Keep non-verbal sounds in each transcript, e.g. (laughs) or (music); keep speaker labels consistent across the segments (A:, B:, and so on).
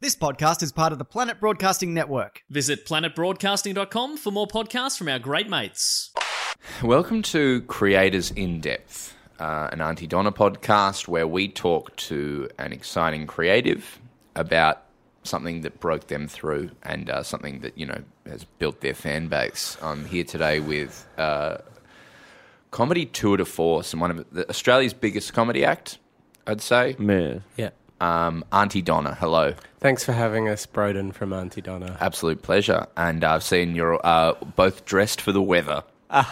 A: This podcast is part of the Planet Broadcasting Network.
B: Visit planetbroadcasting.com for more podcasts from our great mates.
C: Welcome to Creators in Depth, uh, an Auntie Donna podcast where we talk to an exciting creative about something that broke them through and uh, something that you know has built their fan base. I'm here today with uh, comedy tour de force and one of the, Australia's biggest comedy act, I'd say.
D: Man.
E: Yeah.
C: Um, Auntie Donna, hello.
E: Thanks for having us, Broden from Auntie (laughs) Donna.
C: Absolute pleasure. And I've seen you're uh, both dressed for the weather.
E: Uh,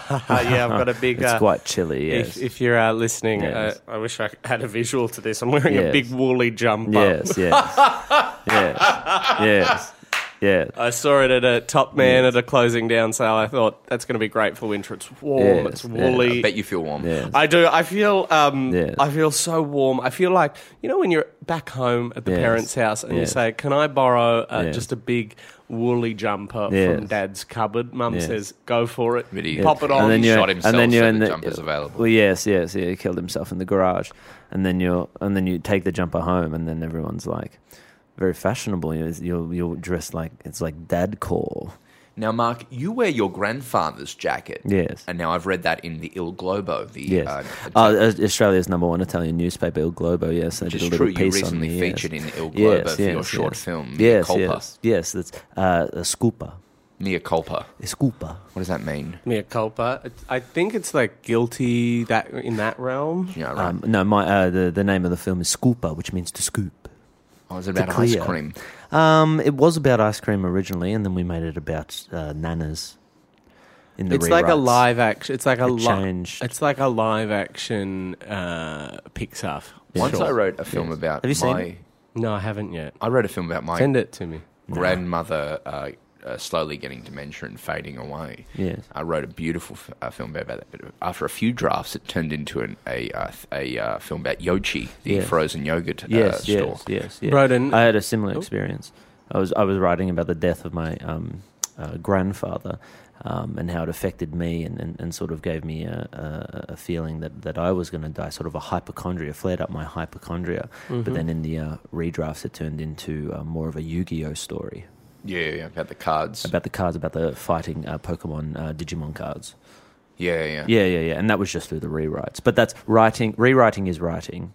E: yeah, I've got a
D: (laughs)
E: big.
D: It's quite chilly, yes.
E: if, if you're uh, listening,
D: Yes.
E: uh, I wish I had a visual to this. I'm wearing
D: Yes.
E: a big woolly jumper.
D: yes, yes. yes. Yes.
C: (laughs)
D: Yes.
E: (laughs) I saw it at a top man at a closing down sale. I thought that's going to be great for winter. It's warm.
D: Yes,
E: It's
D: yeah.
E: woolly.
C: I bet you feel warm.
D: Yes.
E: I do. I feel. Um,
D: Yes.
E: I feel so warm. I feel like you know when you're back home at the
D: Yes.
E: parents' house and you
D: Yes.
E: say, "Can I borrow uh,
D: Yes.
E: just a big woolly jumper from
D: Yes.
E: Dad's cupboard?" Mum
D: Yes.
E: says, "Go for it.
C: But he-
E: Pop it
C: And
E: on."
C: then
D: you're-
C: shot himself, so the
D: in
C: jumper's available.
D: Well, yes, yes, yeah. He killed himself in the garage, and then you and then you take the jumper home, and then everyone's like, very fashionable. You're you're, you're dressed like it's like dad core.
C: Now, Mark, you wear your grandfather's jacket.
D: Yes.
C: And now I've read that in the Il Globo. The,
D: Yes.
C: uh,
D: oh, uh, Australia's number one Italian newspaper, Il Globo. Yes, they
C: which
D: did
C: is
D: a
C: true.
D: little
C: You
D: piece on
C: recently
D: me, yes.
C: featured in Il Globo for your short
D: yes.
C: film,
D: Yes,
C: Culpa.
D: yes, yes. That's uh, a scupa.
C: Mia culpa.
D: A scupa.
C: What does that mean?
E: Mea culpa. It- I think it's like guilty that in that realm.
C: Yeah, right.
D: Um, no, my uh, the the name of the film is Scupa, which means to scoop.
C: oh, is it
D: to
C: about ice
D: clear.
C: cream?
D: Um, it was about ice cream originally, and then we made it about uh, nanas. In the
E: It's like a
D: rewrites.
E: live action. It's like a
D: It
E: live.
D: changed.
E: It's like a live action uh, Pixar.
C: Once
E: Sure.
C: I wrote a film about
D: Have you seen
C: my.
D: it?
E: No, I haven't yet.
C: I wrote a film about my
E: Send it to me.
C: grandmother uh, uh, slowly getting dementia and fading away.
D: Yes.
C: I wrote a beautiful f- uh, film about that. But after a few drafts, it turned into an, a uh, th- a uh, film about Yochi, the
D: Yes.
C: frozen yogurt uh,
D: Yes,
C: store.
D: yes, yes, yes.
E: Broden-
D: I had a similar experience. I was I was writing about the death of my um, uh, grandfather um, and how it affected me and, and, and sort of gave me a, a, a feeling that, that I was going to die, sort of a hypochondria, flared up my hypochondria. But then in the uh, redrafts, it turned into uh, more of a Yu Gi Oh story
C: Yeah, yeah, yeah, about the cards.
D: about the cards, about the fighting uh, Pokemon uh, Digimon cards.
C: yeah, yeah,
D: Yeah, yeah, yeah. And that was just through the rewrites. But that's writing, rewriting is writing.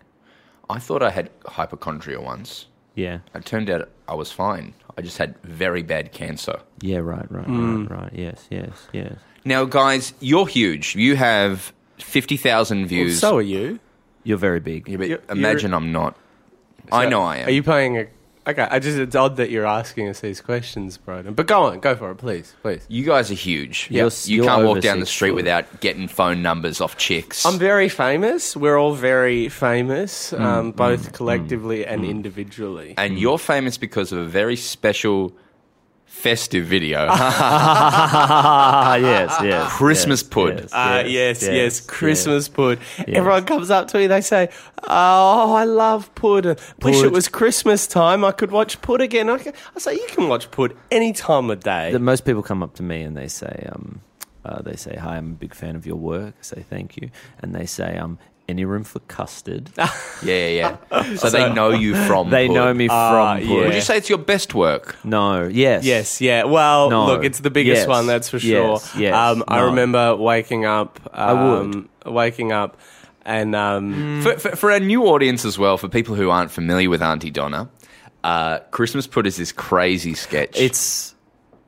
C: I thought I had hypochondria once.
D: Yeah.
C: It turned out I was fine. I just had very bad cancer.
D: Yeah, right, right, right, right. Yes, yes, yes.
C: Now, guys, you're huge. You have 50,000
E: Well,
C: views.
E: so are you?
D: You're very big.
C: Yeah, but
E: you're-
C: imagine I'm not. I know I am.
E: Are you playing a? Okay, I just it's odd that you're asking us these questions, Broden. But go on, go for it, please, please.
C: You guys are huge.
D: You're
C: Yep.
D: s-
C: You
D: you're
C: can't walk
D: over
C: down the
D: six
C: street
D: foot.
C: without getting phone numbers off chicks.
E: I'm very famous. We're all very famous, um, both collectively and individually.
C: and you're famous because of a very special festive video.
D: Ah, yes, yes.
C: Christmas pud.
E: Ah, yes, yes, Christmas pud. Everyone comes up to me, they say, Oh, I love pud. Wish
D: Pud.
E: it was Christmas time, I could watch pud again. I, can, I say, You can watch pud any time of day.
D: The most people come up to me and they say, um, uh, they say, "Hi, I'm a big fan of your work." I say, "Thank you," and they say, "Um, any room for
E: (laughs)
D: custard?"
E: Ah,
C: Yeah, yeah, yeah. So, they know you from.
D: they
C: Pud.
D: know me
E: Ah,
D: from.
E: yeah.
D: Pud.
C: Would you say it's your best work?
D: No. Yes.
E: Yes, yeah. Well,
D: No.
E: look, it's the biggest
D: Yes.
E: one, that's for sure.
D: Yes, yes,
E: um, I
D: no.
E: remember waking up. Um,
D: would. Mm.
E: Waking up and. Um,
C: For, for, for our new audience as well, for people who aren't familiar with Auntie Donna, uh, Christmas Pud is this crazy sketch.
D: It's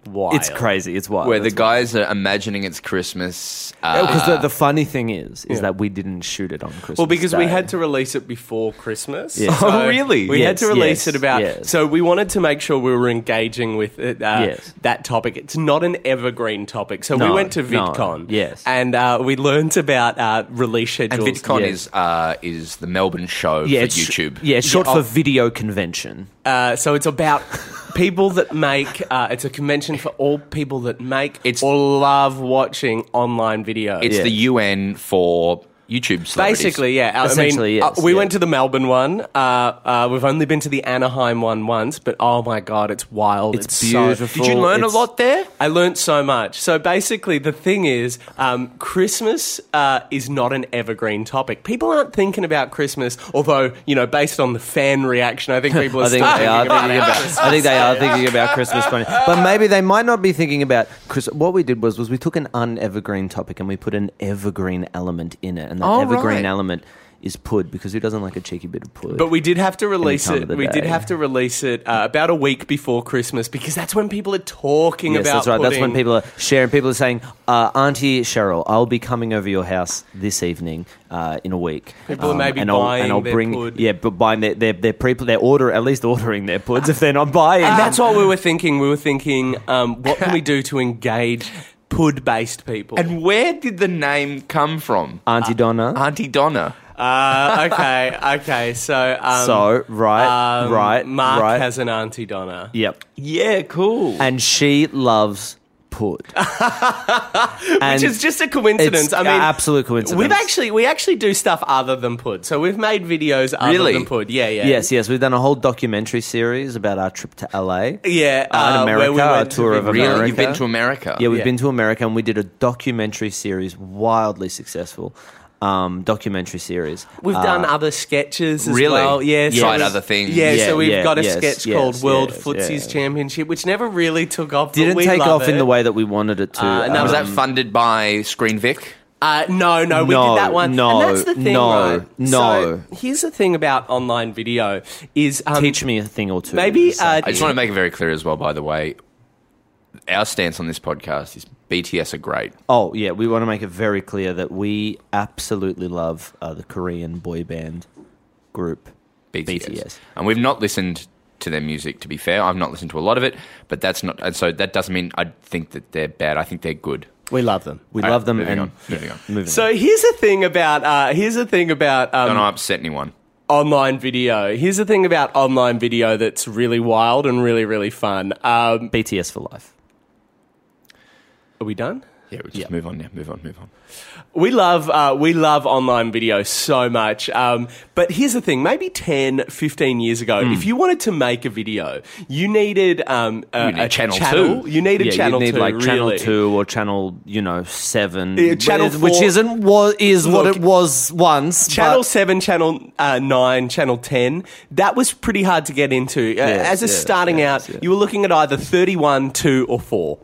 E: Wild.
D: it's crazy. It's wild.
C: where the
D: It's
C: guys are imagining it's Christmas. Uh,
D: Because the, the funny thing is, is
E: Ah. Yeah.
D: that we didn't shoot it on Christmas.
E: Well, because we
D: Day. (laughs)
E: had to release it before Christmas.
D: Yes.
E: (laughs) So
C: Oh, really?
E: We had
D: Yes,
E: to release
D: yes,
E: it about.
D: yes.
E: So we wanted to make sure we were engaging with it, uh,
D: Yes.
E: that topic. It's not an evergreen topic. So we
D: No,
E: went to
D: no,
E: VidCon.
D: yes.
E: And uh, we learnt about uh, release
C: and
E: schedules.
C: VidCon
D: yeah.
C: is uh, is the Melbourne show
D: yeah,
C: for
D: it's sh-
C: YouTube.
D: Yeah, it's short
E: Yeah, oh.
D: for video convention.
E: Uh, so it's about people that make. Uh, it's a convention for all people that make
C: It's-
E: or love watching online video.
C: It's
D: Yeah.
C: the UN for YouTube celebrities.
E: Basically, yeah. I mean,
D: Essentially, yes,
E: uh, we
D: yeah.
E: went to the Melbourne one. Uh, uh, we've only been to the Anaheim one once, but oh my god, it's wild.
D: It's
E: so-
D: beautiful.
C: Did you learn
D: It's-
C: a lot there?
E: I learnt so much. So basically, the thing is, um, Christmas uh, is not an evergreen topic. People aren't thinking about Christmas, although you know, based on the fan
D: (laughs)
E: reaction, I think people are
D: I think
E: still
D: they are
E: thinking
D: thinking
E: about.
D: about. I think they are thinking about Christmas funny, but maybe they might not be thinking about Chris. What we did was was we took an unevergreen topic and we put an evergreen element in it, and that
C: Oh,
D: evergreen
C: right.
D: element is pud because who doesn't like a cheeky bit of pud?
E: But we did have to release
D: time
E: it.
D: of the
E: We did
D: day.
E: have to release it uh, about a week before Christmas because that's when people are talking
D: yes,
E: about.
D: that's right. That's when
E: putting-
D: people are sharing. People are saying, uh, "Auntie Cheryl, I'll be coming over your house this evening uh, in a week."
E: People are maybe
D: and I'll,
E: buying
D: and I'll
E: their
D: bring,
E: pud.
D: Yeah, but buying their their their pre their order at least ordering their puds if they're not buying.
E: And
D: them.
E: that's what we were thinking. We were thinking, um, what can we do to engage pud-based people?
C: And where did the name come from?
D: Auntie Donna.
C: Auntie Donna.
E: uh, okay, okay. So, um,
D: so right,
E: um,
D: right,
E: Mark
D: right.
E: has an auntie Donna.
D: Yep.
E: Yeah, cool.
D: And she loves
E: (laughs)
D: pud. and
E: Which is just a coincidence.
D: It's
E: I mean,
D: an absolute coincidence.
E: We've actually we actually do stuff other than pud. So we've made videos other
C: Really?
E: than pud. Yeah, yeah.
D: Yes, yes. We've done a whole documentary series about our trip to LA.
E: Yeah,
D: Uh, in
E: where
D: America,
E: we
D: a
E: went to
D: tour
E: be-
D: of
C: Really?
D: America.
C: You've been to America?
D: Yeah, we've
E: Yeah.
D: been to America and we did a documentary series, wildly successful um, documentary series.
E: We've
D: Uh,
E: done other sketches as
C: Really?
E: well. Yeah, so
C: Tried
E: we-
C: other things.
E: Yeah,
D: Yeah,
E: so we've
D: yeah,
E: got a
D: yes,
E: sketch
D: yes,
E: called World
D: yes,
E: Footsies
D: yeah.
E: Championship, which never really took off. but
D: Didn't
E: we
D: take
E: love
D: off in
E: it.
D: the way that we wanted it to.
E: Uh,
C: Now, was
E: Um,
C: that funded by Screen Vic?
E: Uh, no, no, we
D: No,
E: did that one.
D: no,
E: and that's the thing,
D: no,
E: right?
D: no.
E: So here's the thing about online video: is um,
D: Teach me a thing or two.
E: maybe
D: So-
E: uh,
C: I just want to make it very clear as well, by the way. Our stance on this podcast is BTS are great.
D: oh, yeah. We want to make it very clear that we absolutely love uh, the Korean boy band group
C: BTS.
D: BTS.
C: And we've not listened to their music, to be fair. I've not listened to a lot of it, but that's not. And so that doesn't mean I think that they're bad. I think they're good.
E: we love them.
D: We
C: All right,
D: love them.
C: moving
D: and
C: on, moving on.
D: Moving on.
E: So here's the thing about uh, here's the thing about um,
C: Don't upset anyone.
E: online video. Here's the thing about online video that's really wild and really really fun. Um,
D: BTS for life.
E: are we done?
C: Yeah, we just move on now. Move on, move on.
E: We love uh, we love online video so much. Um, but here's the thing: maybe 10, 15 years ago,
D: Hmm.
E: if you wanted to make a video, you needed um, a,
C: You need
E: a
C: channel two.
E: You needed
D: Yeah,
E: channel
D: you need
E: two,
D: like channel
E: really.
D: two or channel, you know, seven,
E: Yeah, channel
D: which- which
E: four-
D: isn't was is what
E: Look,
D: it was once.
E: Channel
D: but-
E: 7, Channel uh, 9, Channel 10, that was pretty hard to get into. Uh,
D: Yes,
E: As a
D: yes,
E: starting
D: yes,
E: out,
D: yes.
E: you were looking at either 31, 2, or 4.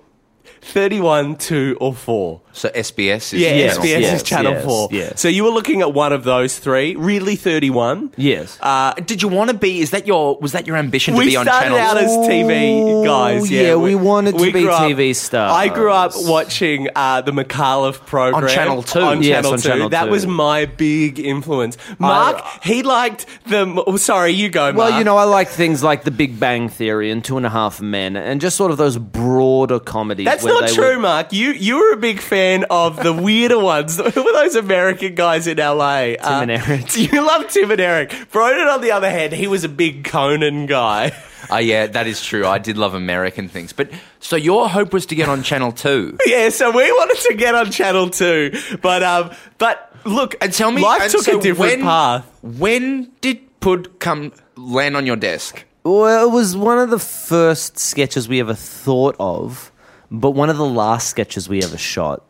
E: 31, 2, or 4.
C: So SBS is
E: Yeah,
D: Yes,
E: SBS
D: yes,
E: is Channel
D: yes,
E: 4.
D: yes.
E: So you were looking at one of those three, really 31.
D: yes,
C: Uh, did you want to be? Is that your? Was that your ambition to
E: we
C: be on
E: started
C: channel?
E: out as TV guys. Yeah,
D: yeah, we wanted to be
E: grew up-
D: TV stars.
E: I grew up watching uh, the McAuliffe program
C: Channel 2.
E: On
D: Yes,
E: Channel
D: on
E: Two,
D: Channel
E: that
D: 2.
E: was my big influence. Mark, he liked the. Oh, sorry, you go.
D: Well,
E: Mark.
D: you know, I like things like The Big Bang Theory and Two and a Half Men, and just sort of those broader comedies.
E: That's
D: where
E: not
D: they
E: true,
D: would-
E: Mark. You you were a big fan of the weirder ones. (laughs) Who were those American guys in LA? Tim
D: and Eric.
E: (laughs) You love Tim and Eric. Broden, on the other hand, he was a big Conan guy. (laughs)
C: Oh, yeah, that is true. I did love American things, but so your hope was to get on channel two.
E: Yeah, so we wanted to get on Channel Two, but um, but look,
C: And tell me,
E: life
C: and
E: took
C: so
E: a different
C: when-
E: path.
C: When did Pud come land on your desk?
D: Well, it was one of the first sketches we ever thought of, but one of the last sketches we ever shot,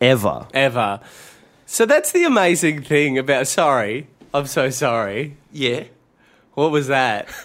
D: ever.
E: Ever. So that's the amazing thing about. Sorry, I'm so sorry. Yeah, what was that? (laughs)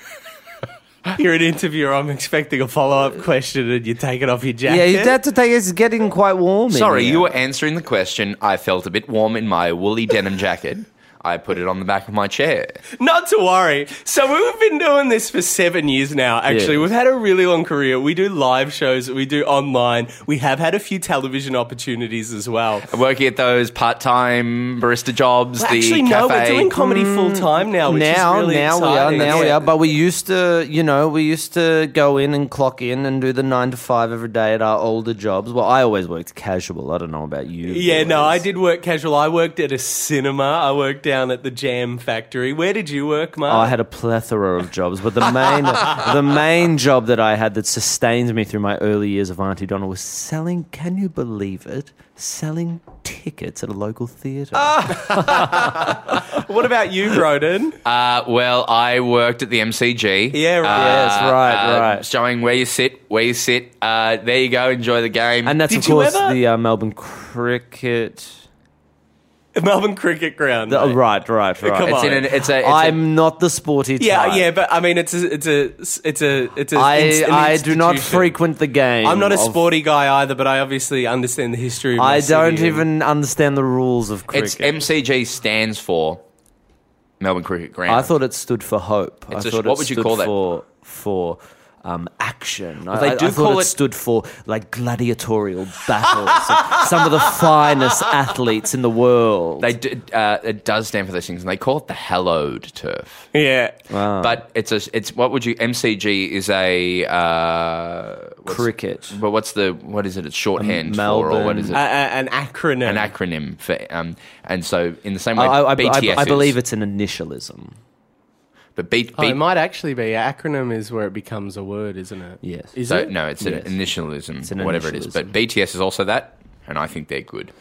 E: You're an interviewer. I'm expecting a follow up question, and you take it off your jacket.
D: Yeah, you had to take. It's getting quite warm. in
C: Sorry,
D: here.
C: you were answering the question. I felt a bit warm in my woolly denim jacket. I put it on the back of my chair.
E: Not to worry. So we've been doing this for seven years now. Actually,
D: Yes.
E: we've had a really long career. We do live shows. We do online. We have had a few television opportunities as well.
C: Working at those part-time barista jobs,
E: Well,
C: the
E: actually,
C: cafe.
E: no, we're doing comedy full time now. Which
D: Mm. now,
E: is Oh, really
D: now
E: exciting.
D: we are, now we
E: Yeah.
D: are. But we used to, you know, we used to go in and clock in and do the nine to five every day at our older jobs. Well, I always worked casual. I don't know about you.
E: Yeah, no,
D: boys.
E: I did work casual. I worked at a cinema. I worked down at the jam factory. Where did you work, Mark?
D: I had a plethora of jobs, but the
E: (laughs)
D: main the main job that I had that sustained me through my early years of Auntie Donna was selling. Can you believe it? Selling tickets at a local theatre.
E: Ah, what about you,
D: (laughs)
E: Broden?
C: Uh, well, I worked at the MCG.
E: Yeah, right.
C: Uh,
D: Yes, right,
C: uh,
D: right.
C: Showing where you sit, where you sit. Uh, there you go. Enjoy the game.
D: and that's
E: Did
D: of
E: you
D: course
E: ever-
D: the uh, Melbourne Cricket.
E: (laughs) Melbourne Cricket Ground.
D: the- oh,
E: mate.
D: right, right, right.
E: come
C: it's in
E: on.
C: an, it's a. It's
D: I'm
C: a
D: not the sporty
E: Yeah,
D: type.
E: yeah, but I mean, it's a, it's a, it's a, it's a.
D: I,
E: it's an
D: I do not
E: institution.
D: frequent the game.
E: I'm not a
D: of-
E: sporty guy either, but I obviously understand the history. Of my
D: I don't
E: city and-
D: even understand the rules of cricket.
C: it's MCG stands for Melbourne Cricket Ground.
D: I thought it stood for hope.
C: It's
D: I
C: a-
D: thought
C: what
D: it
C: would you
D: stood
C: call that?
D: for, for um, action. I,
C: they
D: I- I
C: do
D: thought
C: call
D: it,
C: it-
D: stood for like gladiatorial battles.
C: (laughs)
D: of some of the finest athletes in the world.
C: They do, uh, it does stand for those things, and they call it the hallowed turf.
E: Yeah.
D: Ah.
C: But it's a it's what would you MCG is a uh, what's-
D: cricket.
C: But what's the what is it? It's shorthand for or what
D: Melbourne- Uh,
C: is it?
E: A- a- an acronym.
C: An acronym for um, and so in the same
D: I,
C: way
D: I- I-
C: BTS.
D: I- I believe
C: is,
D: it's an initialism.
C: But B, B,
E: Oh, it might actually be. An acronym is where it becomes a word, isn't it?
D: Yes.
E: Is
C: so
E: it?
C: no, it's
D: Yes.
C: an initialism,
D: an
C: whatever it is. But BTS is also that, and I think they're good.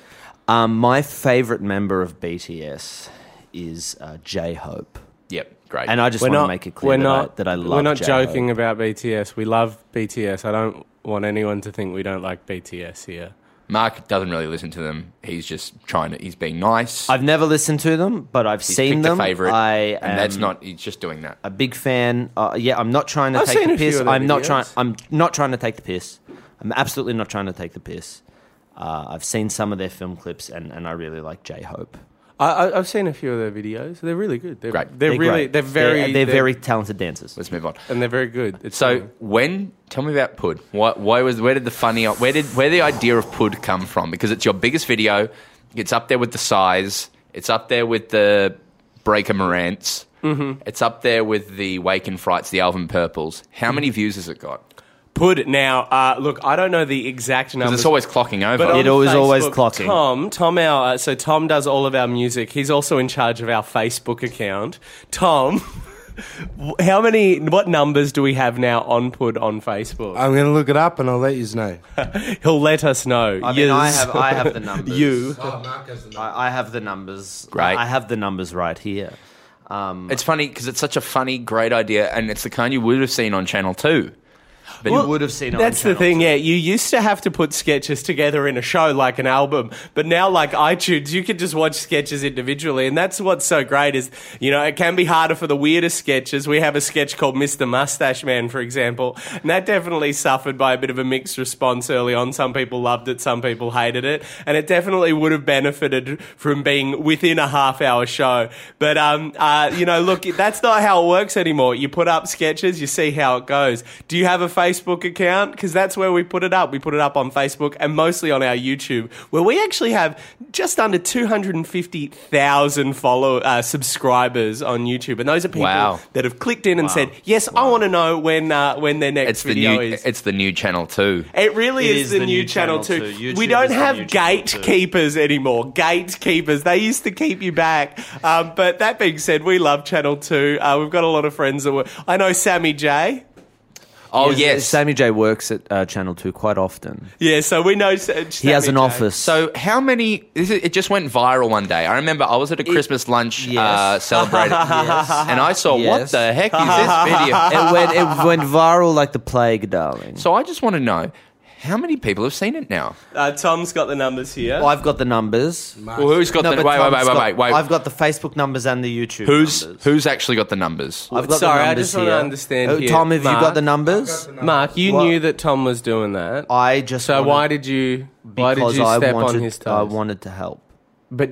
D: Um, my favorite member of BTS is uh, J Hope,
C: Yep, great.
D: and I just want to make it clear
E: we're
D: that,
E: not,
D: I, that I love.
E: We're not
D: J-Hope.
E: joking about BTS. We love BTS. I don't want anyone to think we don't like BTS here.
C: Mark doesn't really listen to them. He's just trying to. He's being nice.
D: I've never listened to them, but I've
C: he's
D: seen
C: picked
D: them.
C: A favorite,
D: I
C: and that's
D: am-
C: not. He's just doing that.
D: a big fan. Uh, yeah, I'm not trying to
E: I've
D: take
E: seen
D: the
E: a few
D: piss.
E: of their
D: I'm not
E: videos.
D: trying. I'm not trying to take the piss. I'm absolutely not trying to take the piss. Uh, I've seen some of their film clips, and, and I really like J Hope.
E: I, I, I've seen a few of their videos. They're really good. They're,
C: Great.
E: They're, really.
D: great.
E: They're
D: They're,
E: very.
D: they're very talented dancers.
C: Let's move on.
E: And they're very good. It's
C: So
E: fun.
C: when tell me about Pud. Why, why was where did the funny where did where the idea of Pud come from? Because it's your biggest video. It's up there with the size. It's up there with the Breaker Morants. Mm-hmm. It's up there with the Wake and Frights, the Alvin Purples. How
E: Mm-hmm.
C: many views has it got?
E: put it now. Uh, look, I don't know the exact
C: Because
E: numbers. um,
C: it's always clocking over.
E: on
D: It always- always
E: Facebook,
D: clocking.
E: Tom, Tom, our uh, so Tom does all of our music. He's also in charge of our Facebook account. Tom, (laughs) how many? What numbers do we have now on put on Facebook?
F: I'm going to look it up and I'll let you (laughs) know.
E: He'll let us know.
D: I mean, I
E: Yes.
D: have I have the numbers.
E: (laughs) you.
D: I, I have the numbers.
C: Great.
D: I have the numbers right here.
C: it's funny because it's such a funny, great idea, and it's the kind you would have seen on Channel Two. But
D: you would have seen. it on
E: That's the
D: Channel
E: thing, yeah. You used to have to put sketches together in a show like an album, but now, like iTunes, you can just watch sketches individually, and that's what's so great is you know it can be harder for the weirdest sketches. We have a sketch called Mr. Mustache Man, for example, and that definitely suffered by a bit of a mixed response early on. Some people loved it, some people hated it, and it definitely would have benefited from being within a half-hour show. But um, uh, you know, look, that's not how it works anymore. You put up sketches, you see how it goes. Do you have a Facebook account? Because that's where we put it up. We put it up on Facebook and mostly on our YouTube, where we actually have just under 250,000 follow uh, subscribers on YouTube, and those are people
C: Wow.
E: that have clicked in and said, "Yes, I want to know when uh, when their next
C: It's the
E: video
C: new.
E: is."
C: It's the new Channel Two.
E: It really
D: It
E: is the, new, channel,
D: Channel
E: too.
D: Two.
E: We
D: YouTube
E: don't
D: is the new
E: have
D: Channel Two.
E: gatekeepers anymore. Gatekeepers. They used to keep you back. Um, but that being said, we love Channel Two. Uh, we've got a lot of friends that were. I know Sammy J.
C: Oh
D: Yes,
C: yes.
D: Sammy J works at uh, Channel Two quite often.
E: Yeah, so we know. Sa-
D: He has an
E: Sammy J.
D: office.
C: So how many? This is, it just went viral one day. I remember I was at a Christmas lunch
D: yes. (laughs)
C: uh, celebrating, and I saw what
D: Yes.
C: the heck is
D: (laughs)
C: this video?
D: it went it went viral like the plague, darling.
C: so I just want to know how many people have seen it now.
E: Uh, Tom's got the numbers here.
D: I've got the numbers.
C: Well, who's got
D: No,
C: the?
D: but
C: Wait, wait,
D: Tom's
C: wait, wait,
D: got-
C: wait, wait.
D: I've got the Facebook numbers and the YouTube.
C: who's
D: numbers.
C: who's actually got the numbers?
D: I've got
E: Sorry,
D: the
E: I
D: numbers
E: just wanna
D: here.
E: understand
D: Oh,
E: here.
D: Tom, have
E: Mark?
D: you got the numbers?
E: Mark, you
D: What?
E: knew that Tom was doing that.
D: I just
E: so
D: wanted-
E: why did you? Why did
D: because
E: you
D: I
E: step
D: wanted,
E: on his toes?
D: I wanted to help
E: but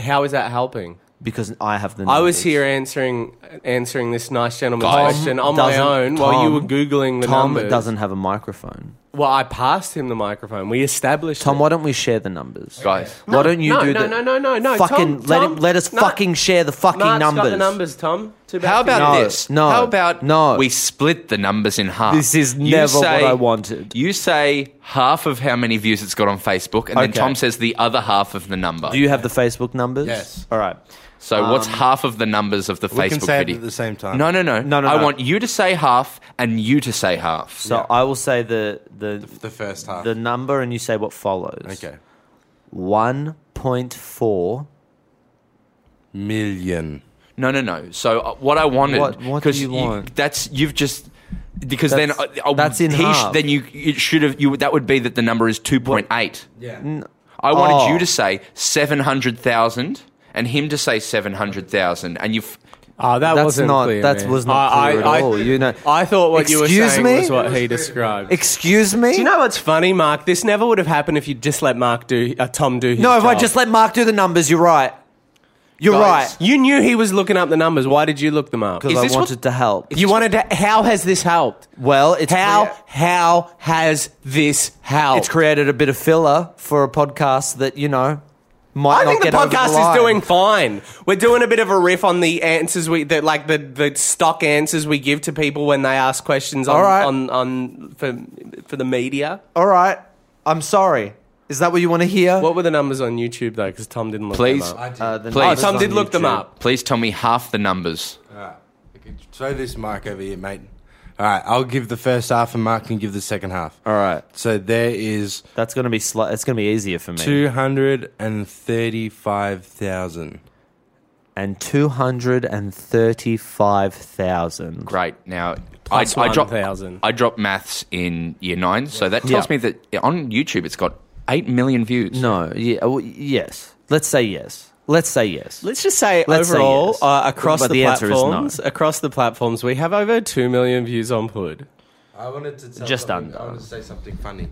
E: how is that helping?
D: because I have the. Numbers.
E: I was here answering answering this nice gentleman's
C: Guys.
E: question on my
D: Doesn't-
E: own while you
D: Tom-
E: were googling the
D: Tom
E: numbers.
D: doesn't have a microphone.
E: Well, I passed him the microphone. We established.
D: Tom,
E: it.
D: why don't we share the numbers,
C: Guys.
D: why don't you
E: no,
D: do
E: no,
D: the
E: no, no, no, no.
D: Fucking
E: Tom,
D: let
E: Tom,
D: him, let us
E: no.
D: fucking share the fucking
E: Mark's
D: numbers.
E: got the numbers, Tom. Too bad
C: How
E: for you.
C: about
D: No,
C: this?
D: no,
C: How about
D: no.
C: We split the numbers in half.
D: This is
C: You
D: never what
C: say-
D: I wanted.
C: You say half of how many views it's got on Facebook, and then
D: Okay.
C: Tom says the other half of the number.
D: Do you have the Facebook numbers?
F: Yes.
D: All right.
C: So what's
D: Um,
C: half of the numbers of the
F: We
C: Facebook
F: can say it
C: video?
F: at the same time.
C: No, no, no,
D: No, no,
C: I
D: no.
C: want you to say half and you to say half.
D: So I will say the the
F: The first half.
D: the number, and you say what follows.
F: okay.
D: One point four.
F: Million.
C: No, no, no. So uh, what I wanted,
D: What- what do
C: 'cause
D: you want?
C: That's you've just because
D: That's-
C: then I, I,
D: that's in
C: he
D: half.
C: Then you it should have you that would be that the number is two point eight.
F: Yeah.
C: I wanted
D: Oh.
C: you to say seven hundred thousand and him to say seven hundred thousand, and you. have
E: Oh, that
D: That's
E: wasn't
D: not-
E: clear.
D: that
E: man.
D: was not clear at all, you know.
E: I thought what you were
D: Excuse
E: saying
D: me?
E: was what he described.
D: Excuse me.
E: Do you know what's funny, Mark? This never would have happened if you just let Mark do uh, Tom do his
D: no, if I
E: job.
D: just let Mark do the numbers, you're right. You're
C: Guys,
D: right.
E: you knew he was looking up the numbers. Why did you look them up?
C: Is
D: Because I
C: this what-
D: wanted to help.
E: You wanted to. How has this helped?
D: well, it's
E: How
D: crea-
E: how has this helped?
D: it's created a bit of filler for a podcast that you know might
E: I
D: not
E: think the
D: get over
E: podcast
D: line.
E: is doing fine. We're doing a bit of a riff on the answers we, the, like the, the stock answers we give to people when they ask questions on
D: All right.
E: on, on for for the media.
D: All right. I'm sorry. Is that what you want to hear?
E: What were the numbers on YouTube though? Because Tom didn't look
C: Please,
E: them up.
D: Uh, the
C: Please.
E: Oh,
D: numbers
E: Tom
D: on
E: did look them
D: YouTube.
E: up.
C: please tell me half the numbers.
F: Throw this mic over here, mate. All right, I'll give the first half and Mark can give the second half.
D: All right.
F: So there is
D: That's gonna be sli- it's gonna be easier for me.
F: 235,000.
D: and two hundred and thirty-five thousand.
C: Great. Now,
E: Plus
C: I, I dropped
E: 1,000.
C: I dropped maths in year nine, so that tells me
D: Yeah.
C: that on YouTube it's got eight million views.
D: No. Yeah. Well, yes. Let's say yes. Let's say yes.
E: Let's just say
D: Let's say
E: overall
D: yes.
E: uh, across
D: But
E: the,
D: the answer is no.
E: platforms, uh, across the platforms, we have over two million views on Pud.
F: I wanted to tell
D: Just
F: something-
D: under.
F: I wanted to say something funny.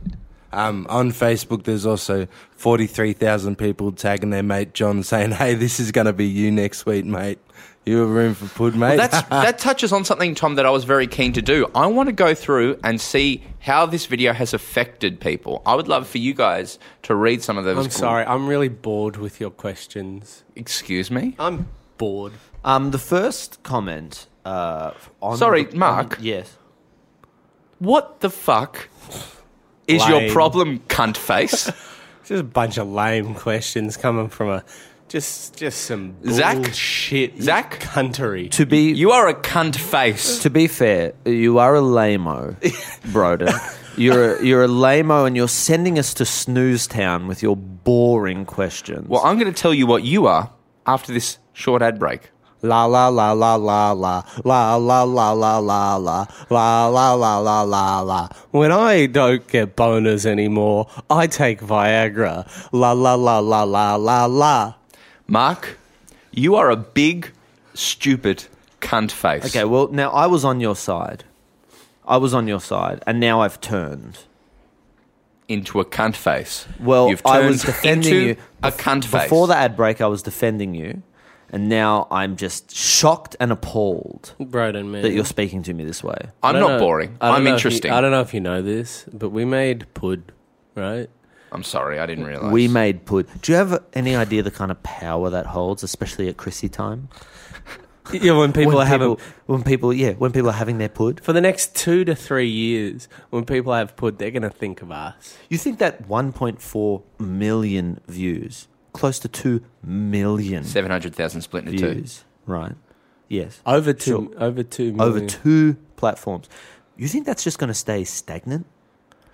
F: Um, on Facebook, there's also 43,000 people tagging their mate John saying, hey, this is going to be you next week, mate. You have room for pud,
E: (laughs)
F: mate. (laughs)
C: That's, that touches on something, Tom, that I was very keen to do. I want to go through and see how this video has affected people. I would love for you guys to read some of those.
E: I'm sorry, I'm really bored with your questions.
C: Excuse me?
E: I'm bored.
D: Um, the first comment. Uh, on
C: Sorry,
D: the-
C: Mark.
D: on- yes.
C: What the fuck is
E: Lame.
C: your problem, cunt
E: (laughs)
C: face?
E: Just a bunch of lame questions coming from a just just some
C: Zach?
E: bullshit
C: Zach?
E: country.
D: To be
C: you are a cunt face.
D: to be fair, you are a
E: (laughs)
D: lameo, Broden. You're a, you're a lameo, and you're sending us to snooze town with your boring questions.
C: Well, I'm going to tell you what you are after this short ad break.
E: La la la la la la la la la la la la la la la la la la. When I don't get boners anymore, I take Viagra. La la la la la la la.
C: Mark, you are a big, stupid cunt face.
D: Okay, well, now I was on your side. I was on your side, and now I've turned.
C: Into a cunt face.
D: Well,
C: You've
D: I
C: turned
D: was defending
C: into
D: you
C: A
D: bef-
C: cunt face.
D: Before the ad break, I was defending you, and now I'm just shocked and appalled
E: Broden, man.
D: that you're speaking to me this way.
C: I'm not boring. I'm interesting.
E: I don't know if you know this, but we made pud, (laughs) right?
C: I'm sorry, I didn't realize.
D: We made pud. Do you have any idea the kind of power that holds, especially at Chrissy time?
E: Yeah, when people
D: when
E: have
D: people, when people, yeah, when people are having their pud.
E: for the next two to three years, when people have pud, they're gonna think of us.
D: You think that 1.4 million views, close to two million
C: 700,000 split into two.
D: views, right? Yes.
E: Over two, over two,
D: over
E: million.
D: two platforms. You think that's just going to stay stagnant?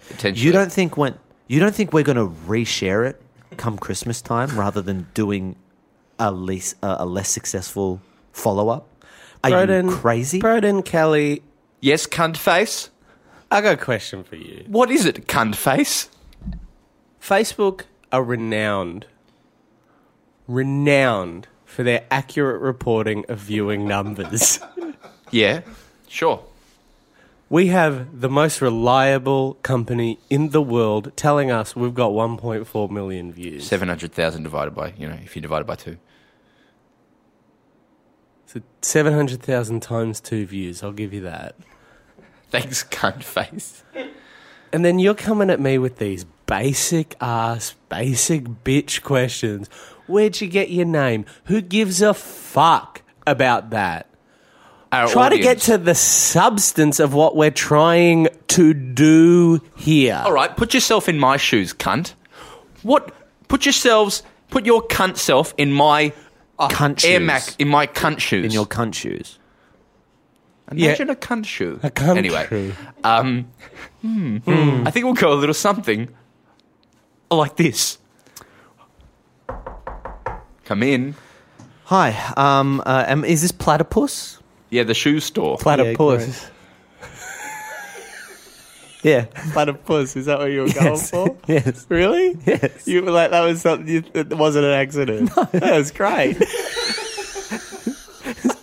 C: Potentially.
D: You don't think when you don't think we're going to reshare it come Christmas time rather than doing a less uh, a less successful follow up? Are you
E: Broden,
D: crazy?
E: Broden Kelly,
C: Yes, cunt face.
E: I got a question for you.
C: What is it, cunt face?
E: Facebook are renowned, renowned for their accurate reporting of viewing numbers. (laughs)
C: Yeah, sure.
E: we have the most reliable company in the world telling us we've got 1.4 million views.
C: 700,000 divided by, you know, if you divide it by two.
E: So 700,000 times two views, I'll give you that.
C: Thanks, cunt face.
E: And then you're coming at me with these basic ass, basic bitch questions. Where'd you get your name? Who gives a fuck about that?
C: Our
E: Try to get
C: audience-
E: to the substance of what we're trying to do here.
C: All right, put yourself in my shoes, cunt. What? Put yourselves, put your cunt self in my
D: cunt shoes.
C: Air Mac in my cunt shoes.
D: in your cunt shoes.
C: Imagine a cunt shoe.
F: A cunt
C: anyway,
F: shoe.
C: Um, hmm. I think we'll go a little something like this. Come in.
D: Hi, um, uh, um, is this platypus?
C: Yeah, the shoe store.
E: Platypus.
D: Yeah.
E: (laughs) Platypus. Is that what you were going
D: Yes.
E: for?
D: (laughs) yes.
E: Really?
D: Yes.
E: You were like that was something. You, it wasn't an accident. (laughs) That was great.
D: (laughs)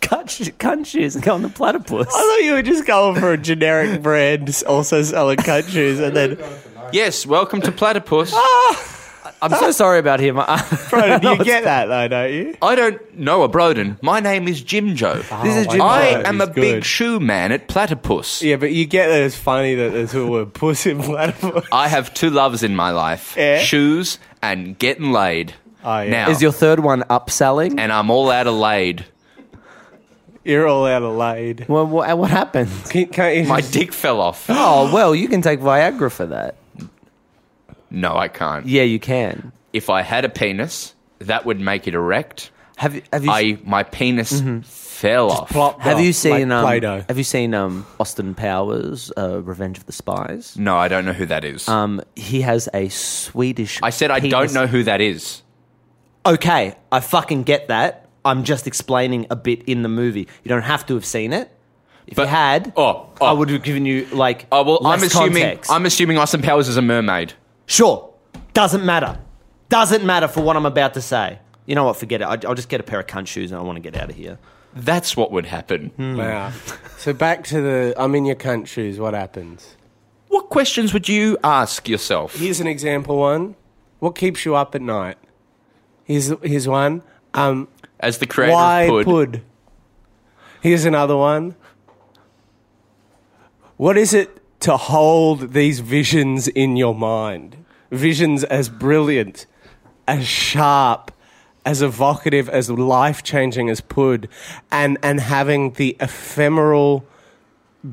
D: Cunt, sh- cunt shoes and go on the platypus.
E: I thought you were just going for a generic brand, also selling cut shoes, and (laughs) then
C: Yes, welcome to Platypus.
D: I'm so sorry about him. (laughs)
E: Bro, you get that though, don't you?
C: I don't know a Broden. My name is Jim Joe.
E: This is Jim
C: I
E: Joe.
C: am a
E: He's
C: big
E: good.
C: shoe man at Platypus.
E: Yeah, but you get that it's funny that there's a word puss (laughs) in platypus.
C: I have two loves in my life
E: Yeah.
C: shoes and getting laid.
E: Oh, yeah.
C: Now,
D: is your third one upselling?
C: and I'm all out of laid.
E: You're all out of laid.
D: Well, what, what happened?
E: Can, can't you
C: My
E: just-
C: dick fell off. (gasps)
D: Oh, well, you can take Viagra for that.
C: No, I can't.
D: Yeah, you can.
C: If I had a penis, that would make it erect.
D: Have you, have you,
C: I my penis
D: Mm-hmm.
C: fell off.
E: Plopped
D: have
E: off
D: you
E: like
D: seen, um,
E: Play-Doh.
D: have you seen, um, Austin Powers, uh, Revenge of the Spies?
C: No, I don't know who that is.
D: Um, he has a Swedish.
C: I said I
D: penis-
C: don't know who that is.
D: Okay, I fucking get that. I'm just explaining a bit in the movie. You don't have to have seen it. If you
C: But-
D: had,
C: Oh, oh.
D: I would have given you like.
C: Oh well,
D: less
C: I'm assuming
D: Context.
C: I'm assuming Austin Powers is a mermaid.
D: sure. Doesn't matter. Doesn't matter for what I'm about to say. You know what? Forget it. I, I'll just get a pair of cunt shoes and I want to get out of here.
C: That's what would happen.
D: Hmm.
E: Wow. (laughs) So back to the I'm in your cunt shoes. What happens?
C: What questions would you ask yourself?
E: Here's an example one. What keeps you up at night? Here's here's one. Um,
C: As the creator
E: why
C: of Pud,
E: pud? Here's another one. What is it to hold these visions in your mind? Visions as brilliant, as sharp, as evocative, as life changing as pud, and and having the ephemeral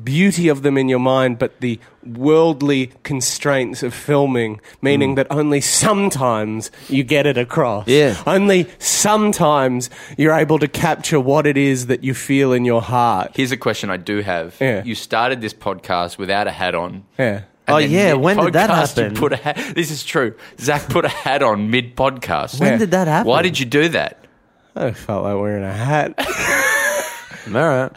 E: beauty of them in your mind, but the worldly constraints of filming, meaning that only sometimes you get it across.
D: Yeah.
E: Only sometimes you're able to capture what it is that you feel in your heart.
C: here's a question I do have.
E: Yeah.
C: You started this podcast without a hat on.
E: Yeah.
C: And
D: Oh,
C: then
D: yeah, when did that
C: mid-podcast you
D: happen?
C: Put a hat, this is true. Zach put a hat on mid podcast.
D: When did that happen?
C: Why did you do that?
E: I felt like wearing a hat. (laughs)
D: All right.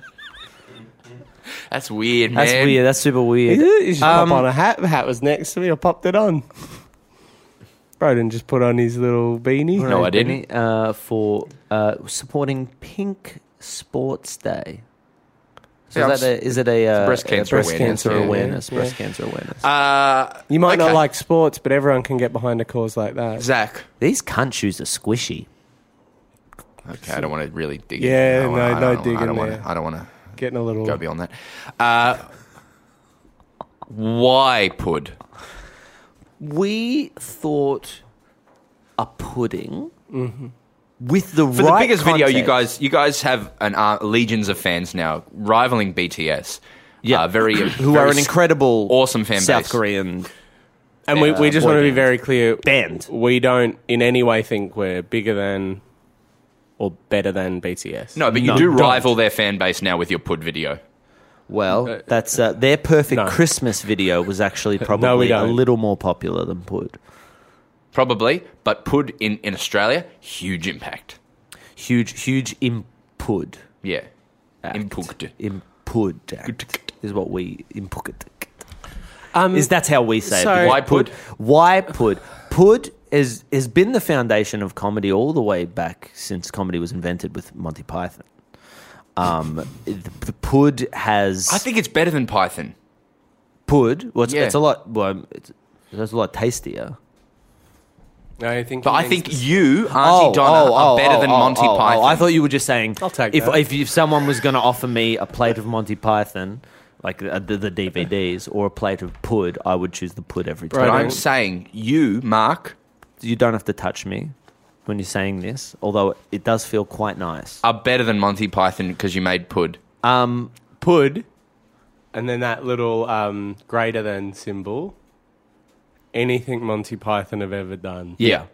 C: That's weird, man.
D: That's weird. That's super weird.
E: you just
D: Um,
E: pop on a hat. The hat was next to me. I popped it on. Broden just put on his little beanie.
C: No, I didn't.
D: Benny, Uh, for uh, supporting Pink Sports Day. So
C: Yeah, I'm
D: is, that a, is it a, uh,
C: breast
D: a
C: cancer
D: breast
C: awareness,
D: cancer
C: yeah.
D: awareness? Breast cancer awareness.
C: Uh,
E: You might
C: okay.
E: not like sports, but everyone can get behind a cause like that.
C: Zach.
D: These cunt shoes are squishy.
C: Okay, I don't want to really dig.
E: Yeah,
C: in. I wanna-
E: no,
C: I
E: no
C: don't- I
E: digging
C: don't want
E: there.
C: to. I don't want to
E: Getting a little.
C: go beyond that. Uh, why pud?
D: We thought a pudding with the
C: Mm-hmm. For
D: right
C: the biggest video, you
D: context.
C: guys, you guys have an uh, legions of fans now, rivaling BTS.
D: Yeah.
C: uh, very
D: who are an incredible,
C: awesome fan
D: South
C: base.
D: Korean
E: And we, we just
D: boy
E: want to be
D: band.
E: very clear.
D: Band.
E: We don't in any way think we're bigger than or better than BTS.
C: No, but you
D: No,
C: do
D: don't.
C: rival their fan base now with your pud video.
D: Well, that's uh, their perfect
E: no.
D: Christmas video was
C: (laughs)
D: actually probably a
E: don't.
D: little more popular than Pud.
C: Probably, but pud in in Australia, huge impact.
D: Huge, huge input.
C: Yeah,
D: Act.
C: impact.
D: Input act is what we input.
E: Um,
D: Is that's how we say
E: so-
D: it?
C: Why Pud?
D: Why Pud? Pud is has been the foundation of comedy all the way back since comedy was invented with Monty Python. Um, the, the Pud has
C: I think it's better than Python.
D: Pud. Well, it's,
C: Yeah.
D: it's a lot. Well, it's, it's a lot tastier.
E: I think.
C: But
E: he
C: I
E: means
C: think
E: the-
C: you, Auntie Donna, are better than
D: oh,
C: Monty
D: oh, oh,
C: Python.
D: I thought you were just saying.
E: I'll take
D: if,
E: that.
D: if if someone was going to offer me a plate of Monty Python, like uh, the, the DVDs, or a plate of pud, I would choose the pud every time.
C: But
E: Right.
C: I'm saying you, Mark,
D: You don't have to touch me when you're saying this, although it does feel quite nice.
C: are better than Monty Python because you made pud.
D: Um,
E: pud, and then that little um, greater than symbol. Anything Monty Python have ever done.
D: yeah,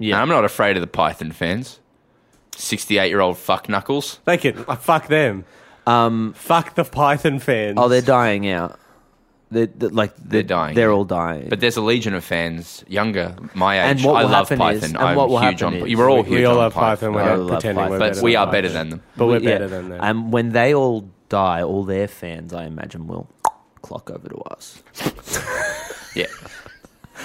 D: yeah.
C: And I'm not afraid of the Python fans. 68-year-old fuck knuckles.
E: They can uh, fuck them. Um, fuck the Python fans.
D: Oh, they're dying out. They're, they're- like they're,
C: They're dying,
D: They're
C: yeah.
D: all dying.
C: But there's a legion of fans younger, my age.
D: And what
C: I
D: will
C: love
D: happen
C: Python.
D: is- and
C: I'm
D: what will
C: huge on.
D: happen is-
C: you were all
E: we
C: huge
E: all
C: on
E: love Python.
C: Python,
E: We're
D: I
E: not
D: love
E: pretending
D: Python.
E: we're
C: but
E: better
C: we
E: than
C: are
E: them.
C: better than them.
E: But we're
D: Yeah.
E: better than them.
D: And when they all die, all their fans, I imagine, will clock over to us.
C: Yeah,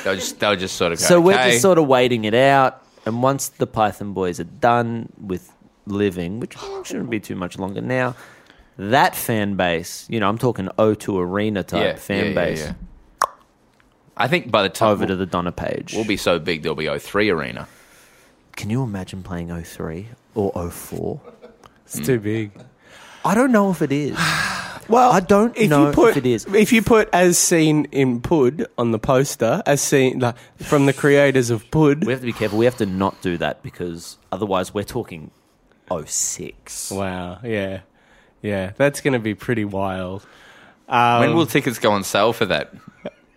C: they'll just they'll just sort of go.
D: So we're
C: "Okay."
D: just sort of waiting it out. And once the Python boys are done with living, which shouldn't be too much longer now, that fan base, you know, I'm talking O2 Arena type fan base,
C: I think by the time
D: over to
C: we'll,
D: the Donna page.
C: we'll be so big, there'll be 03 arena.
D: Can you imagine playing 03 or 04?
E: It's too big.
D: I don't know if it is.
E: Well,
D: I don't
E: if
D: know
E: you put,
D: if it is.
E: If you put as seen in Pud on the poster, as seen like, from the creators of
D: (sighs)
E: Pud.
D: We have to be careful. We have to not do that because otherwise we're talking 06.
E: wow, yeah. Yeah, that's going to be pretty wild. Um,
C: when will tickets go on sale for that?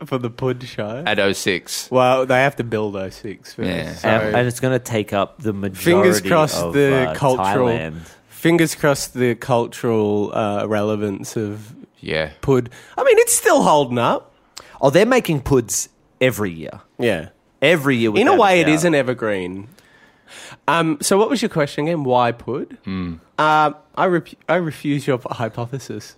E: for the Pud show?
C: At 06.
E: Well, they have to build 06 first.
C: Yeah.
E: so-
D: And, and it's going to take up the majority
E: fingers crossed
D: of
E: the
D: uh,
E: cultural
D: Thailand.
E: fingers crossed the cultural uh, relevance of
C: Yeah.
E: Pud. I mean, it's still holding up.
D: Oh, they're making puds every year.
E: Yeah.
D: Every year.
E: In a
D: without
E: way, it
D: doubt.
E: is an evergreen. Um, so, what was your question again? Why Pud?
C: Hmm.
E: Um, I, rep- I refuse your hypothesis.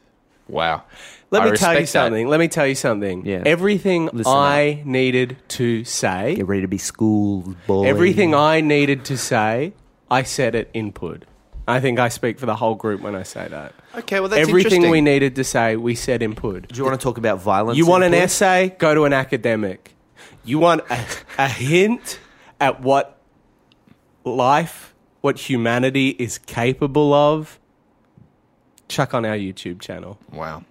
C: Wow.
E: Let
C: I
E: me tell
C: respect
E: you
C: that.
E: something. Let me tell you something.
D: Yeah.
E: Everything
D: Listen
E: I needed to say,
D: Get ready to be schooled, boy.
E: everything I needed to say, I said it in Pud. I think I speak for the whole group when I say that.
C: Okay, well,
E: Everything we needed to say, we said in Pud.
D: Do you want to talk about violence?
E: You want
D: in
E: an
D: puds?
E: essay? Go to an academic. You want a, a hint at what life, what humanity is capable of? Chuck on our YouTube channel.
C: Wow.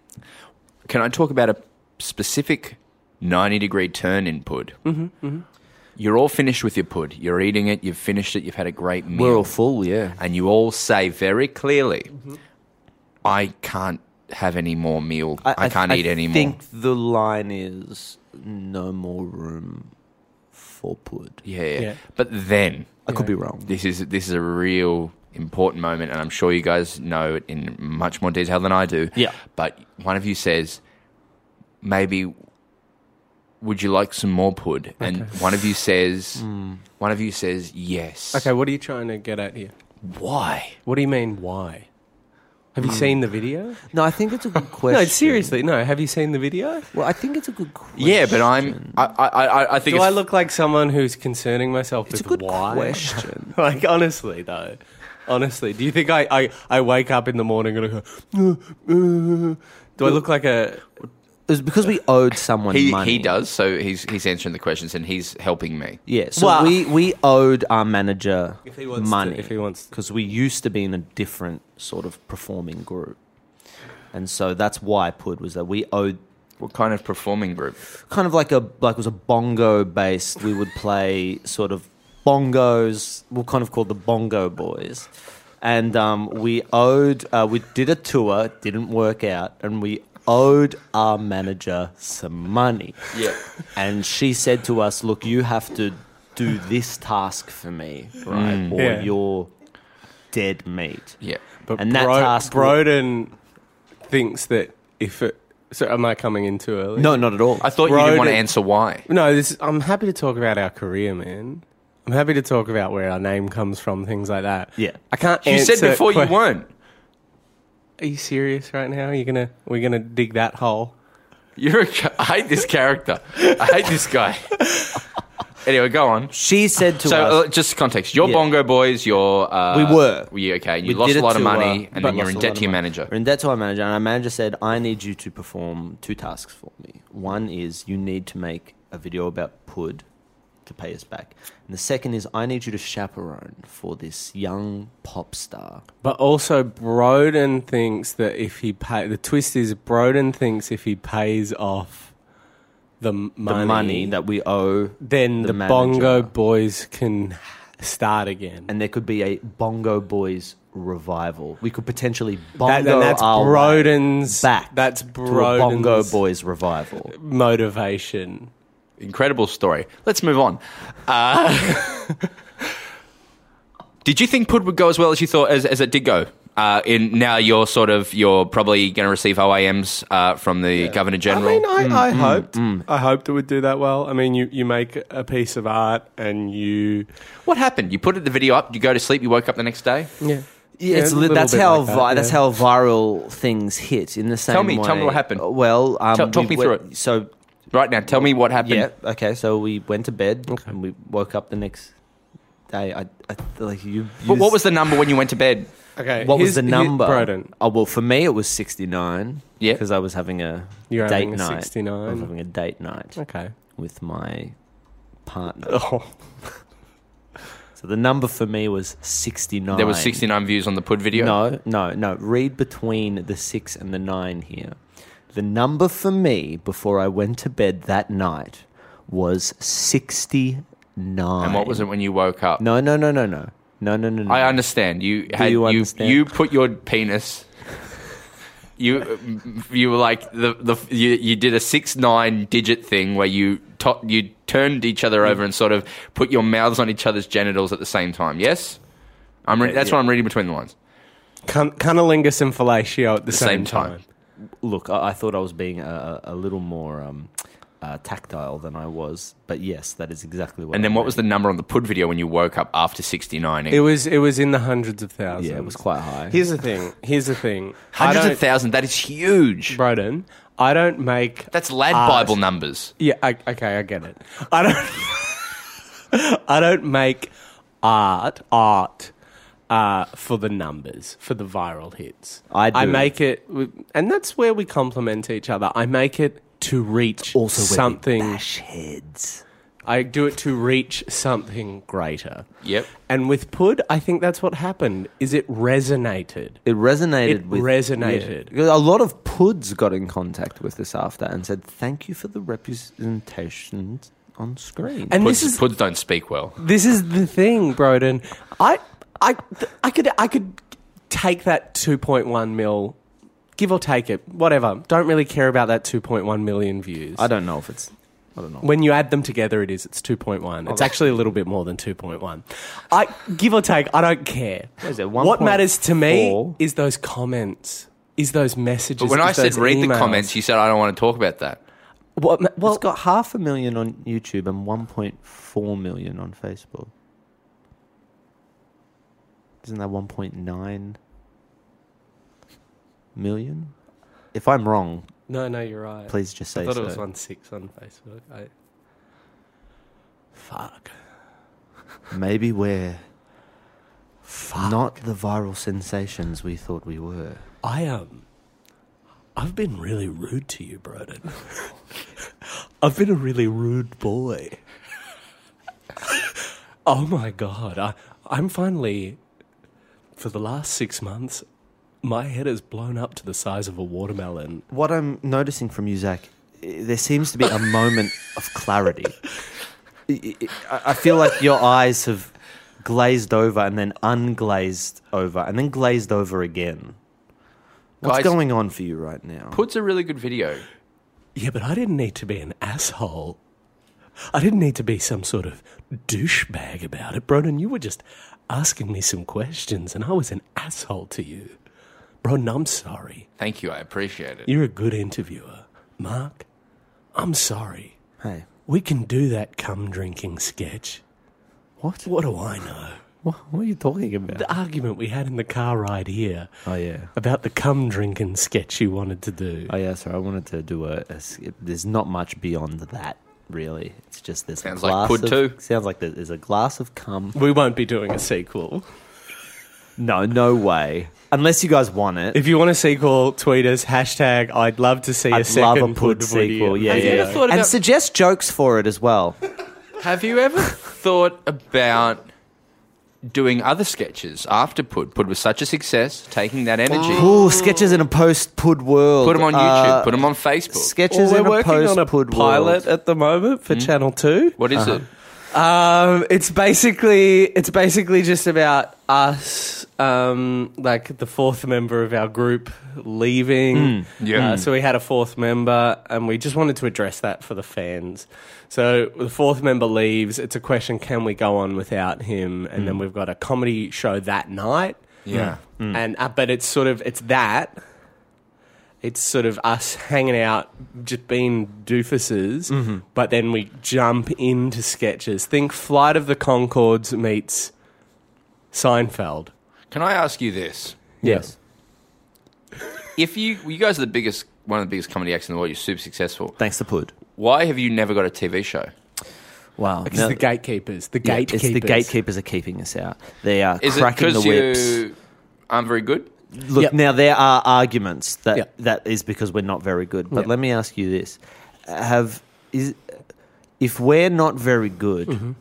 C: Can I talk about a specific 90 degree turn in pud? Mm-hmm, You're all finished with your pud. You're eating it. You've finished it. You've had a great meal.
D: We're all full, yeah.
C: and you all say very clearly, I can't have any more meal. I, can't eat any
D: I
C: more.
D: think the line is no more room for pud.
C: Yeah.
E: Yeah.
C: But then
D: I could be wrong.
C: this is this is a real important moment, and I'm sure you guys know it in much more detail than I do.
D: Yeah.
C: But one of you says, maybe would you like some more pud? And one of you says, one of you says yes.
E: Hmm. Okay, what are you trying to get at here?
C: Why?
E: What do you mean, why? Have you seen the video?
D: No, I think it's a good question.
E: (laughs) No, seriously, no. Have you seen the video?
D: Well, I think it's a good question.
C: Yeah, but I'm. I I I, I think
E: Do
C: it's
E: I look like someone who's concerning myself
D: It's a
E: with
D: good
E: (laughs) why?
D: question.
E: like honestly, though, honestly, do you think I, I, I wake up in the morning and I go? "Uh, uh," do I look like a?
D: It was because we owed someone
C: he
D: money.
C: he does. So he's he's answering the questions and he's helping me.
D: Yeah, so
E: Well-
D: we, we owed our manager
E: If he wants to-
D: money
E: if he wants to.
D: because we used to be in a different sort of performing group, and so that's why Pud was that we owed
C: What kind of performing group?
D: kind of like a like it was a bongo based. We would play sort of bongos. We're kind of called the Bongo Boys, and um, we owed uh, we did a tour, it didn't work out, and we owed our manager some money.
C: Yeah.
D: And she said to us, "Look, you have to do this task for me, right? Or
E: Yeah.
D: you're dead meat."
C: Yeah.
E: But
D: And that task will-
E: Broden thinks that if it. So am I coming in too early?
D: No, not at all.
C: I thought you didn't
E: Broden-
C: want to answer why.
E: no. This I'm happy to talk about our career, man. I'm happy to talk about where our name comes from, things like that.
D: Yeah.
E: I can't.
C: You said
E: answer
C: before you
E: que-
C: weren't.
E: Are you serious right now? Are you gonna? We're gonna dig that hole.
C: You're a ca- I hate this character. I hate this guy. anyway, go on.
D: she said to
C: So,
D: us,
C: uh, just context. You're
D: Yeah.
C: Bongo Boys. You're uh,
D: We were.
C: Yeah, okay. And you
D: We
C: lost
D: did
C: a
D: it
C: lot of
D: to,
C: money,
D: uh,
C: and
D: but
C: then you're
D: lost
C: in
D: a lot
C: debt
D: of
C: to your
D: money.
C: manager.
D: We're in debt to our manager, and our manager said, I need you to perform two tasks for me. One is you need to make a video about Pud to pay us back. And the second is I need you to chaperone for this young pop star.
E: But also, Broden thinks that if he pay, the twist is Broden thinks if he pays off the m-
D: The
E: money,
D: money, that we owe.
E: then
D: the
E: the,
D: manager.
E: Bongo Boys can start again.
D: And there could be a Bongo Boys revival. We could potentially
E: That-
D: Bongo
E: and that's
D: our way
E: Broden's
D: back.
E: That's
D: to a Bongo
E: Broden's
D: Boys revival.
E: motivation.
C: Incredible story. Let's move on. Uh, (laughs) Did you think Pud would go as well as you thought as, as it did go? Uh, in now you're sort of you're probably going to receive OAMs uh, from the Governor
E: I
C: General.
E: mean, I,
D: Mm,
E: I hoped, I hoped it would do that well. I mean, you, you make a piece of art and you,
C: what happened? You put the video up. You go to sleep. You woke up the next day.
E: yeah,
D: it's li- that's how vi- that's how viral things hit in the same
C: me-
D: way.
C: tell me what happened.
D: Uh, Well, um,
C: Tell- talk
D: we
C: me through
D: went-
C: it.
D: So
C: Right now, tell me what happened.
D: yeah, okay. So we went to bed and we woke up the next day. I, I like you. you
C: But what was the number when you went to bed?
E: Okay,
D: what was
E: here's-
D: the
E: here-
D: number?
E: Broden.
D: Oh well, for me it was sixty nine.
C: Yeah.
D: because I was having a
E: You're
D: date
E: having a
D: night.
E: 69.
D: I was having a date night
E: Okay.
D: with my partner.
E: Oh,
D: So the number for me was sixty nine.
C: There was 69 views on the Pud video.
D: No, no, no. Read between the six and the nine here. The number for me before I went to bed that night was sixty nine.
C: And what was it when you woke up?
D: No, no, no, no, no, no, no, no. no.
C: I understand. You had
D: you
C: you you,
D: understand?
C: put your penis. You you were like the the you, you did a six nine digit thing where you to, you turned each other over and sort of put your mouths on each other's genitals at the same time. Yes, I'm re- that's what I'm reading between the lines.
E: (laughs) Cun- cunnilingus and fellatio at the,
C: same
E: same,
C: time.
D: Look, I, I thought I was being a, a a little more um, uh, tactile than I was, but yes, that is exactly what.
C: And then
D: I
C: what was the
D: meant.
C: number on the pud video when you woke up after sixty nine?
E: It was it was in the hundreds of thousands.
D: Yeah, it was quite high.
E: Here's the thing. Here's the thing.
C: Hundreds
E: I don't,
C: of thousands. That is huge.
E: Broden, I don't make
C: That's lad
E: art.
C: Bible numbers.
E: Yeah, I, okay, I get it. I don't. I don't (laughs) make art art uh, for the numbers for the viral hits.
D: I do.
E: I make it, with- and that's where we complement each other. I make it to reach
D: also where they
E: something.
D: bash heads.
E: I do it to reach something greater.
C: Yep.
E: And with Pud, I think that's what happened. Is it resonated?
D: It resonated.
E: It
D: with,
E: resonated.
D: yeah. A lot of puds got in contact with us after and said, "Thank you for the representations on screen."
E: And
C: Puds,
E: this is
C: puds don't speak well.
E: This is the thing, Broden. I, I, I could, I could take that two point one mil, give or take it, whatever. Don't really care about that two point one million views.
D: I don't know if it's. I don't know.
E: When you add them together, it is it's two point one.
D: Oh.
E: It's actually a little bit more than two point one. I give or take. I don't care.
D: What is it,
E: What matters to me
D: 1.4?
E: is those comments. Is those messages?
C: But when
E: is
C: I said
E: those
C: read the
E: emails.
C: comments, you said I don't want to talk about that.
E: what, ma- well,
D: it's got half a million on YouTube and 1.4 million on Facebook. Isn't that 1.9 million? If I'm wrong,
E: no, no, you're right.
D: please just say
E: I thought
D: so.
E: it was one six on Facebook. I, fuck.
D: Maybe we're not the viral sensations we thought we were.
E: I um, I've been really rude to you, Broden. (laughs) I've been a really rude boy. (laughs) oh my god, I I'm finally, for the last six months, my head has blown up to the size of a watermelon.
D: What I'm noticing from you, Zach, i- there seems to be a (laughs) moment of clarity. I- I I feel like your eyes have glazed over and then unglazed over and then glazed over again. What's
C: Guys-
D: going on for you right now?
C: Puds a really good video.
E: Yeah, but I didn't need to be an asshole. I didn't need to be some sort of douchebag about it, Broden. You were just asking me some questions, and I was an asshole to you, Broden. I'm sorry.
C: Thank you. I appreciate it.
E: You're a good interviewer, Mark. I'm sorry.
D: hey,
E: We can do that cum drinking sketch.
D: what?
E: What do I know?
D: What, what are you talking about?
E: The argument we had in the car ride here
D: Oh, yeah.
E: about the cum drinking sketch you wanted to do.
D: Oh yeah, sorry. I wanted to do a. a s- there's not much beyond that, really. It's just this.
C: Sounds like Pud
D: of,
C: too.
D: Sounds like there- there's a glass of cum.
E: We won't be doing a sequel.
D: No, no way. Unless you guys want it.
E: If you want a sequel, tweet us hashtag I'd love to see a
D: I'd love
E: second
D: a Pud
E: Hood
D: sequel.
E: video.
D: Yeah,
C: Have you
D: yeah.
C: ever
D: yeah.
C: thought
D: and
C: about-
D: suggest jokes for it as well.
C: Have you ever thought about doing other sketches after Pud? Pud was such a success, taking that energy.
D: Ooh, sketches in a post-Pud world.
C: Put them on YouTube,
D: Uh,
C: put them on Facebook.
D: Sketches
E: Well,
D: in a
E: we're working on a
D: post-Pud
E: pilot
D: world.
E: at the moment for Channel Two.
D: uh-huh.
C: what is it?
E: Um, it's basically it's basically just about us, um, like the fourth member of our group, leaving.
C: Hmm, Yeah.
E: Uh, so we had a fourth member, and we just wanted to address that for the fans. So the fourth member leaves. It's a question: Can we go on without him? And then we've got a comedy show that night.
C: Hmm. Yeah.
E: And uh, but it's sort of it's that. It's sort of us (laughs) hanging out, just being doofuses, but then we jump into sketches. Think Flight of the Concords meets Seinfeld.
C: Can I ask you this?
E: Yes.
C: If you you guys are the biggest one of the biggest comedy acts in the world, you're super successful.
D: Thanks to Pud.
C: Why have you never got a TV show?
D: Wow.
E: Because
D: No,
E: the gatekeepers. The
D: yeah,
E: gatekeepers.
D: It's the gatekeepers are keeping us out. They are
C: Is it
D: cracking the
C: because
D: whips.
C: you aren't very good?
D: Look,
E: Yep.
D: now there are arguments that
E: Yep.
D: that is because we're not very good. But
E: Yep.
D: let me ask you this: Have is if we're not very good,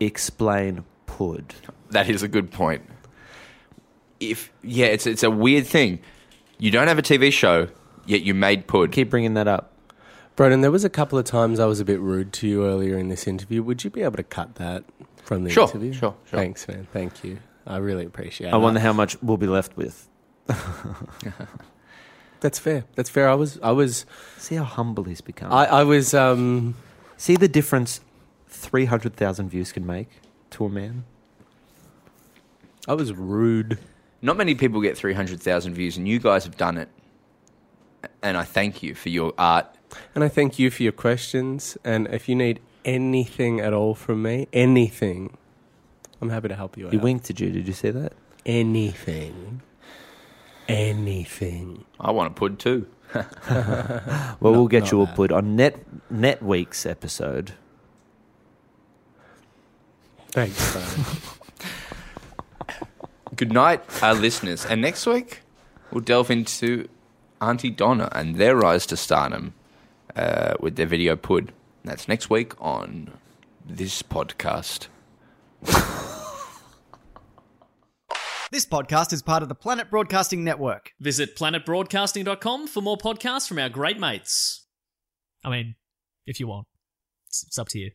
D: explain pud.
C: That is a good point. If yeah, it's it's a weird thing. You don't have a TV show yet. You made pud.
D: Keep bringing that up.
E: Broden, there was a couple of times I was a bit rude to you earlier in this interview. Would you be able to cut that from the
C: Sure,
E: interview?
C: sure, sure.
E: Thanks, man. Thank you. I really appreciate it.
D: I wonder how much we'll be left with.
E: That's fair. That's fair. I was, I was,
D: See how humble he's become.
E: I, I was, um,
D: See the difference three hundred thousand views can make to a man.
E: I was rude.
C: Not many people get three hundred thousand views, and you guys have done it. And I thank you for your art.
E: And I thank you for your questions. And if you need anything at all from me, anything, I'm happy to help you out.
D: He winked at you. Did you see that?
E: anything. Anything.
C: I want a pud too.
D: Well,
E: No,
D: we'll get
E: not
D: you a
E: that.
D: pud on net net week's episode.
E: Thanks, Broden.
C: Good night, (laughs) our listeners. And next week, we'll delve into Auntie Donna and their rise to stardom uh, with their video Pud. That's next week on this podcast.
A: This podcast is part of the Planet Broadcasting Network.
B: Visit planetbroadcasting.com for more podcasts from our great mates.
G: I mean, if you want, it's, it's up to you.